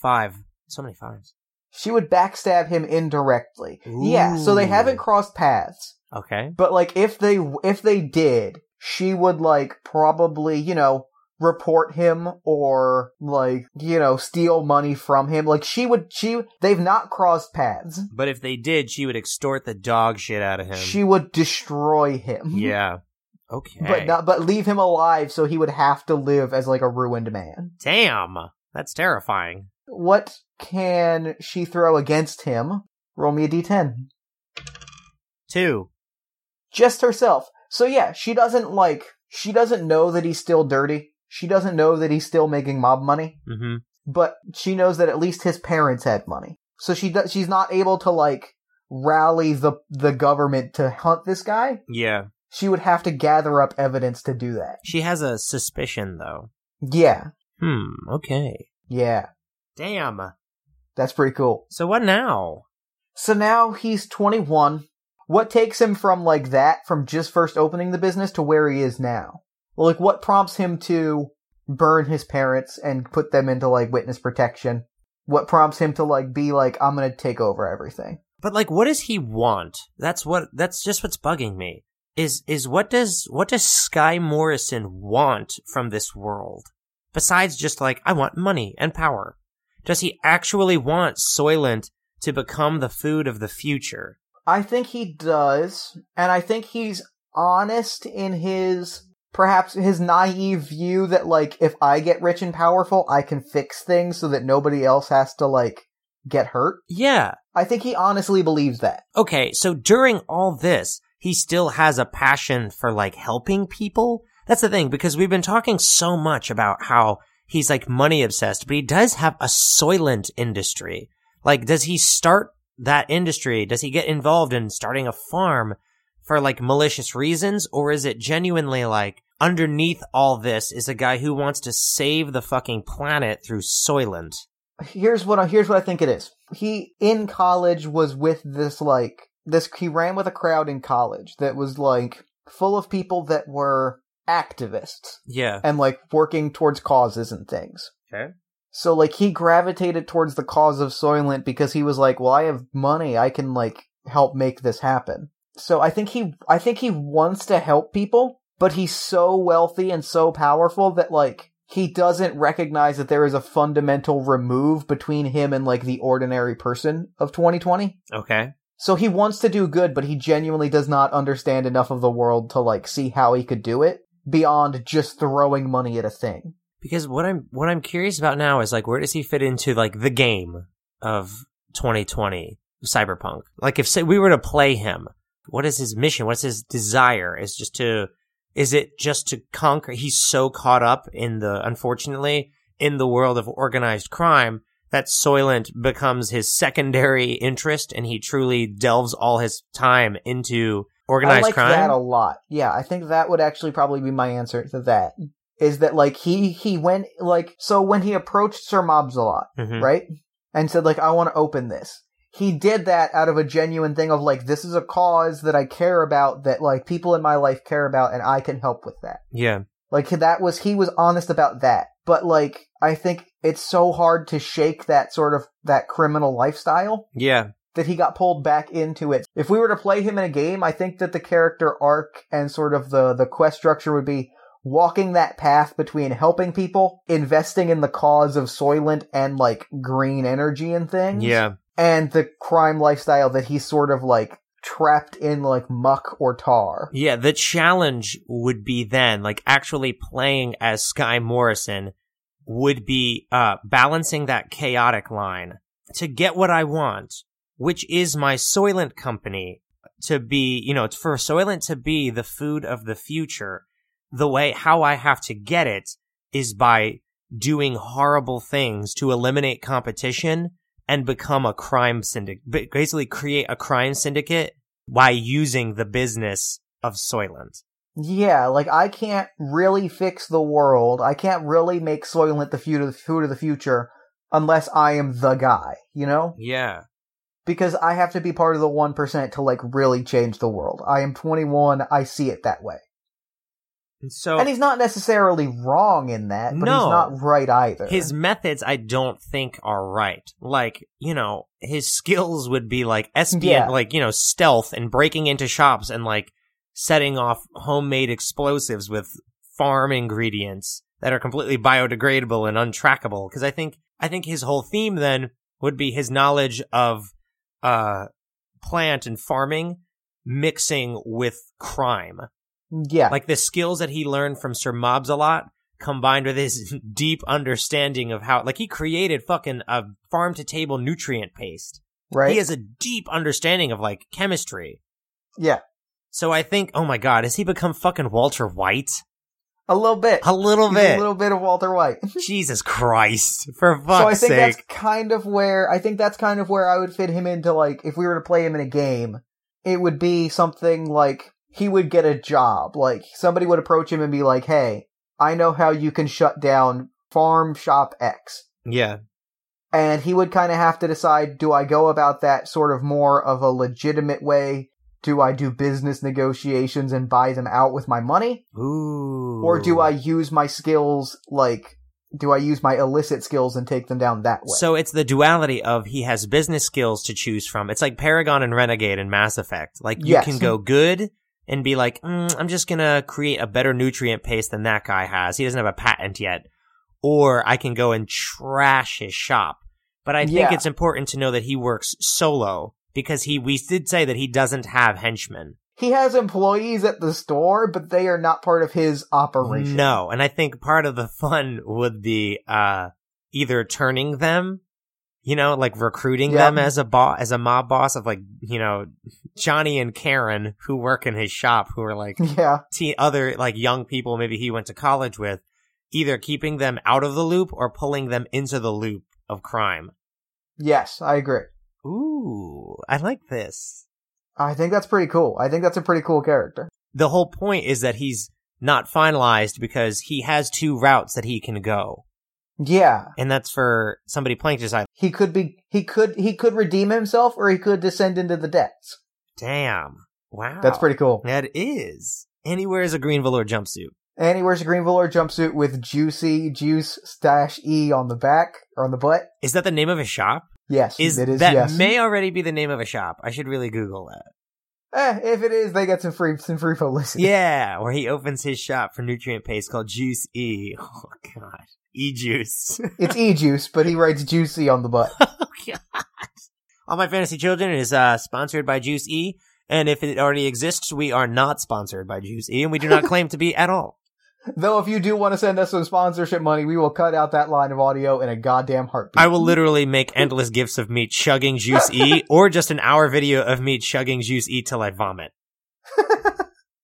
Five. So many fives.
She would backstab him indirectly. Yeah, so they
Ooh.
haven't crossed paths.
Okay.
But like if they if they did, she would like probably, you know, report him or like, you know, steal money from him. Like she would she they've not crossed paths.
But if they did, she would extort the dog shit out of him.
She would destroy him.
yeah. Okay.
But not but leave him alive so he would have to live as like a ruined man.
Damn. That's terrifying.
What can she throw against him? Roll me a d10.
Two.
just herself. So yeah, she doesn't like she doesn't know that he's still dirty. She doesn't know that he's still making mob money,
Mm-hmm.
but she knows that at least his parents had money. So she does, she's not able to like rally the the government to hunt this guy.
Yeah.
She would have to gather up evidence to do that.
She has a suspicion though.
Yeah.
Hmm. Okay.
Yeah.
Damn.
That's pretty cool.
So what now?
So now he's 21. What takes him from like that, from just first opening the business to where he is now? Like, what prompts him to burn his parents and put them into like witness protection? What prompts him to like be like, I'm gonna take over everything?
But like, what does he want? That's what. That's just what's bugging me. Is is what does what does Sky Morrison want from this world? Besides just like, I want money and power. Does he actually want Soylent to become the food of the future?
I think he does, and I think he's honest in his perhaps his naive view that like if I get rich and powerful, I can fix things so that nobody else has to like get hurt.
Yeah.
I think he honestly believes that.
Okay. So during all this, he still has a passion for like helping people. That's the thing because we've been talking so much about how he's like money obsessed, but he does have a Soylent industry. Like, does he start that industry? Does he get involved in starting a farm for like malicious reasons? Or is it genuinely like underneath all this is a guy who wants to save the fucking planet through Soylent?
here's what I, here's what I think it is. He in college was with this like this he ran with a crowd in college that was like full of people that were activists
Yeah.
and like working towards causes and things.
Okay.
So like he gravitated towards the cause of Soylent because he was like, well, I have money, I can like help make this happen. So I think he I think he wants to help people, but he's so wealthy and so powerful that like he doesn't recognize that there is a fundamental remove between him and like the ordinary person of 2020.
Okay.
So he wants to do good, but he genuinely does not understand enough of the world to like see how he could do it beyond just throwing money at a thing.
Because what I'm what I'm curious about now is like where does he fit into like the game of 2020 cyberpunk? Like if say we were to play him, what is his mission? What's his desire? Is just to is it just to conquer? He's so caught up in the unfortunately in the world of organized crime that Soylent becomes his secondary interest, and he truly delves all his time into
I
organized
like
crime.
that a lot. Yeah, I think that would actually probably be my answer to that. Is that like he he went like so when he approached Sir Mobs-a-Lot,
Mhm.
right? And said like I want to open this. He did that out of a genuine thing of like this is a cause that I care about that like people in my life care about and I can help with that.
Yeah,
Like that was he was honest about that. But like I think it's so hard to shake that sort of that criminal lifestyle
yeah,
that he got pulled back into it. If we were to play him in a game, I think that the character arc and sort of the, the quest structure would be walking that path between helping people, investing in the cause of Soylent and like green energy and things,
yeah.
and the crime lifestyle that he's sort of like trapped in like muck or tar.
Yeah, the challenge would be then, like actually playing as Sky Morrison would be uh balancing that chaotic line to get what I want, which is my Soylent company to be, you know, for Soylent to be the food of the future, the way how I have to get it is by doing horrible things to eliminate competition and become a crime syndicate, basically create a crime syndicate by using the business of Soylent.
Yeah, like I can't really fix the world. I can't really make Soylent the food of the, food of the future unless I am the guy, you know?
Yeah.
because I have to be part of the 1% to like really change the world. I am 21, I see it that way.
And so
And he's not necessarily wrong in that, but
No.
he's not right either.
his methods I don't think are right. Like, you know, his skills would be like espion
Yeah.
like, you know, stealth and breaking into shops and like setting off homemade explosives with farm ingredients that are completely biodegradable and untrackable because I think I think his whole theme then would be his knowledge of uh plant and farming mixing with crime.
yeah.
like the skills that he learned from Sir Mobs a lot combined with his [laughs] deep understanding of how like he created fucking a farm to table nutrient paste.
right?
He has a deep understanding of like chemistry.
yeah.
So I think, oh my god, has he become fucking Walter White?
A little bit.
A little
He's
bit.
A little bit of Walter White.
Jesus Christ. For fuck's
so I think
sake.
that's kind of where I think that's kind of where I would fit him into like if we were to play him in a game, it would be something like he would get a job. Like somebody would approach him and be like, "Hey, I know how you can shut down farm shop X."
yeah.
and he would kind of have to decide do I go about that sort of more of a legitimate way? Do I do business negotiations and buy them out with my money?
Ooh.
Or do I use my skills, like, do I use my illicit skills and take them down that way?
So it's the duality of he has business skills to choose from. It's like Paragon and Renegade in Mass Effect. Like you
Yes.
can go good and be like, mm, I'm just gonna create a better nutrient paste than that guy has. He doesn't have a patent yet. Or I can go and trash his shop. But I think
Yeah.
it's important to know that he works solo because he we did say that he doesn't have henchmen.
he has employees at the store, but they are not part of his operation.
No, and I think part of the [laughs] fun would be uh either turning them, you know, like recruiting
Yeah.
them as a boss, as a mob boss of like, you know, Johnny and Karen who work in his shop who are
[laughs]
like
[laughs] Yeah.
te- other like young people maybe he went to college with, either keeping them out of the loop or pulling them into the loop of crime.
Yes, I agree.
Ooh, I like this.
I think that's pretty cool. I think that's a pretty cool character.
The whole point is that he's not finalized because he has two routes that he can go.
Yeah.
And that's for somebody playing to decide
He could be, he could, he could redeem himself or he could descend into the depths.
Damn. Wow.
That's pretty cool.
That is. And he wears a green velour jumpsuit.
And he wears a green velour jumpsuit with juicy juice stash E on the back or on the butt.
Is that the name of a shop?
Yes,
Is,
it is.
that
yes.
may already be the name of a shop. I should really Google that.
[laughs] Eh, if it is, they get some free some free publicity.
yeah, where he opens his shop for nutrient paste called Juice E. [laughs] Oh god. E juice. [laughs]
it's E juice, but he writes juicy on the butt.
oh god. All my fantasy children is uh, sponsored by Juice
[laughs]
E. And if it already exists, we are not sponsored by Juice E, and we do not claim to be at all.
Though if you do want to send us some sponsorship money, we will cut out that line of audio in a goddamn heartbeat.
I will literally make endless gifs of me chugging juice
[laughs]
E or just an hour video of me chugging juice E till I
[laughs]
vomit.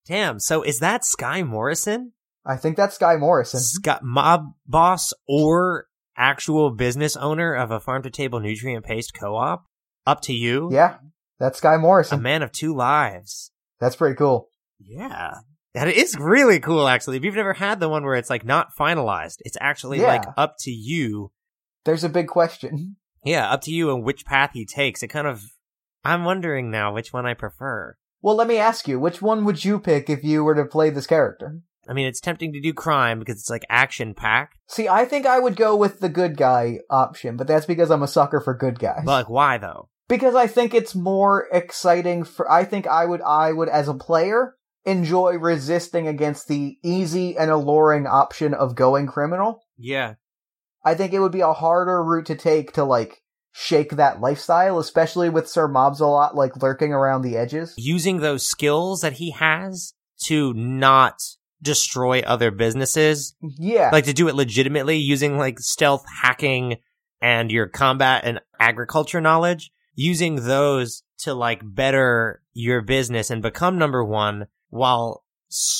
Damn, so is that Sky Morrison?
I think that's Sky Morrison.
Sky, mob boss or actual business owner of a farm to table nutrient paste co op? Up to you.
Yeah, that's Sky
A
Morrison.
man of two lives.
That's pretty cool.
Yeah. That is really cool, actually. If you've never had the one where it's like not finalized, it's actually
Yeah.
like up to you
There's a big question.
Yeah, up to you and which path he takes. It kind of. I'm wondering now which one I prefer.
Well, let me ask you, which one would you pick if you were to play this character?
I mean, it's tempting to do crime because it's like action packed,
See, I think I would go with the good guy option, but that's because I'm a sucker for good guys.
but like, why though?
because I think it's more exciting for I think I would I would as a player enjoy resisting against the easy and alluring option of going criminal.
Yeah.
I think it would be a harder route to take to like shake that lifestyle, especially with Sir Mobs a lot like lurking around the edges.
Using those skills that he has to not destroy other businesses,
Yeah.
like to do it legitimately using like stealth hacking and your combat and agriculture knowledge, using those to like better your business and become number one while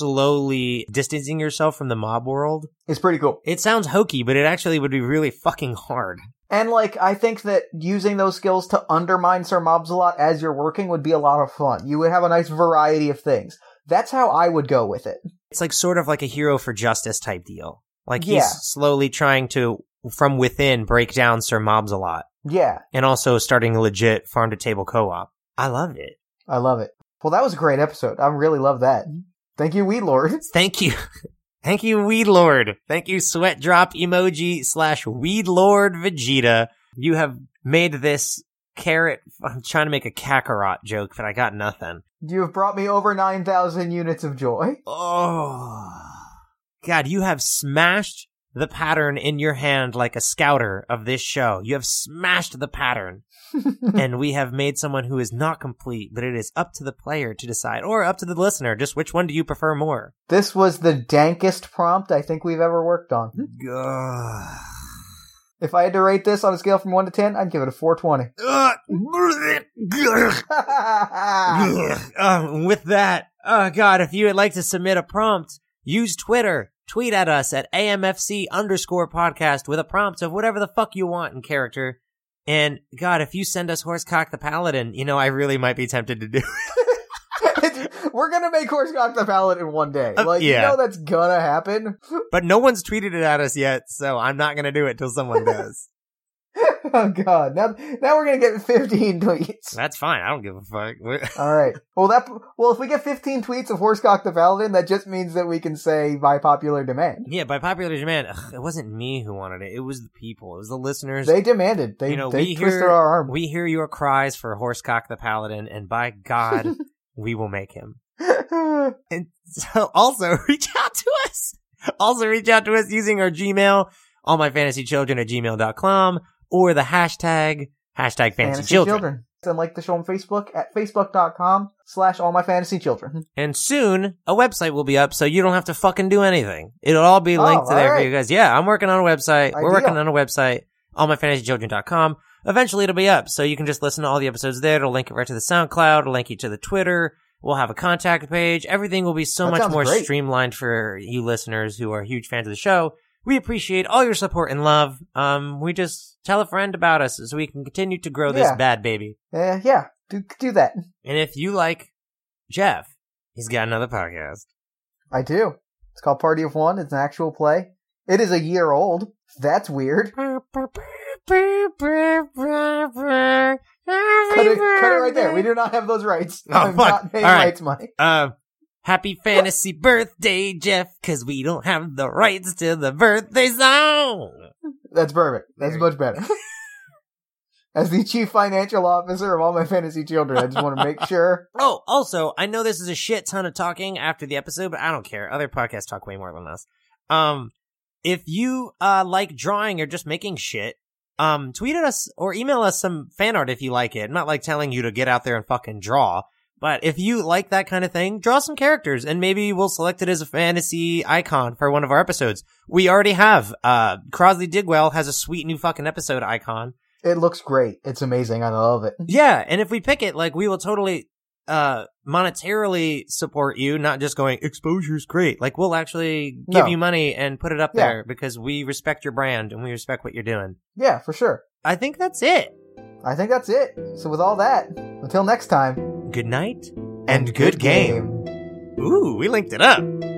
slowly distancing yourself from the mob world.
it's pretty cool.
It sounds hokey, but it actually would be really fucking hard.
And like I think that using those skills to undermine Sir Mobs a lot as you're working would be a lot of fun. You would have a nice variety of things. That's how I would go with it.
It's like sort of like a hero for justice type deal. Like he's
Yeah.
slowly trying to from within break down Sir Mobs a lot
Yeah.
and also starting a legit farm to table co-op. I loved it.
I love it. Well, that was a great episode. I really love that. Thank you, Weed Lord. [laughs]
Thank you. [laughs] Thank you, Weed Lord. Thank you, Sweat Drop Emoji slash Weed Lord Vegeta. You have made this carrot. I'm trying to make a Kakarot joke, but I got nothing.
You have brought me over 9,000 units of joy.
Oh, God, you have smashed the pattern in your hand like a scouter of this show. You have smashed the pattern. and we have made someone who is not complete, but it is up to the player to decide, or up to the listener, just which one do you prefer more?
This was the dankest prompt I think we've ever worked on.
Ugh.
If I had to rate this on a scale from 1 to 10, I'd give it a 420.
Ugh. Ugh. Um, with that, oh God, if you would like to submit a prompt, use Twitter. Tweet at us at AMFC underscore podcast with a prompt of whatever the fuck you want in character. And God, if you send us Horsecock the Paladin, you know, I really might be tempted to do.
[laughs]
[laughs]
We're going to make Horsecock the Paladin one day.
Uh,
Like,
yeah.
you know that's going to happen. [laughs]
But no one's tweeted it at us yet, so I'm not going to do it till someone does.
oh, God. Now, now we're going to get 15 tweets.
That's fine. I don't give a fuck. We're- [laughs]
All right. Well, that well, if we get 15 tweets of Horsecock the Paladin, that just means that we can say by popular demand.
yeah, by popular demand, ugh, it wasn't me who wanted it. It was the people. It was the listeners.
They demanded. They
You know,
they
we
twisted
hear-
our [laughs] arm.
We hear your cries for Horsecock the Paladin, and by God, we will make him. And so [laughs] also reach out to us. Also reach out to us using our Gmail, all my fantasy children at gmail.com or the hashtag hashtag fantasy, children.
And like the show on Facebook at facebook.com slash all my fantasy children.
And soon a website will be up so you don't have to fucking do anything. It'll all be linked
Oh,
to there
all
for you guys. Yeah, I'm working on a website. We're
Ideal.
working on a website, allmyfantasychildren.com. Eventually it'll be up so you can just listen to all the episodes there. It'll link it right to the SoundCloud. It'll link you to the Twitter. We'll have a contact page. Everything will be so
That
much
sounds
more
great.
streamlined for you listeners who are huge fans of the show. We appreciate all your support and love. Um, we just tell a friend about us so we can continue to grow this
Yeah.
bad baby.
Uh, yeah, do, do that.
And if you like Jeff, he's got another podcast.
I do. It's called Party of One. It's an actual play. It is a year old. That's weird. Cut it, cut it right there. We do not have those rights.
Oh,
I'm
fuck.
not paying
All right.
rights money.
Uh, happy fantasy birthday, Jeff, because we don't have the rights to the birthday song.
That's perfect. That's
There you
much better.
[laughs]
As the chief financial officer of all my fantasy children, I just want to make sure.
Oh, also, I know this is a shit ton of talking after the episode, but I don't care. Other podcasts talk way more than us. Um, if you uh like drawing or just making shit, um, tweet at us or email us some fan art if you like it. I'm not like telling you to get out there and fucking draw, But if you like that kind of thing, draw some characters and maybe we'll select it as a fantasy icon for one of our episodes. We already have, uh, Crosley Digwell has a sweet new fucking episode icon.
It looks great. It's amazing. I love it.
Yeah. And if we pick it, like we will totally, uh, monetarily support you, not just going, exposure's great. Like we'll actually give
No.
you money and put it up
Yeah.
there because we respect your brand and we respect what you're doing.
Yeah, for sure.
I think that's it.
I think that's it. So with all that, until next time,
Good night and, good, game. Ooh, we linked it up.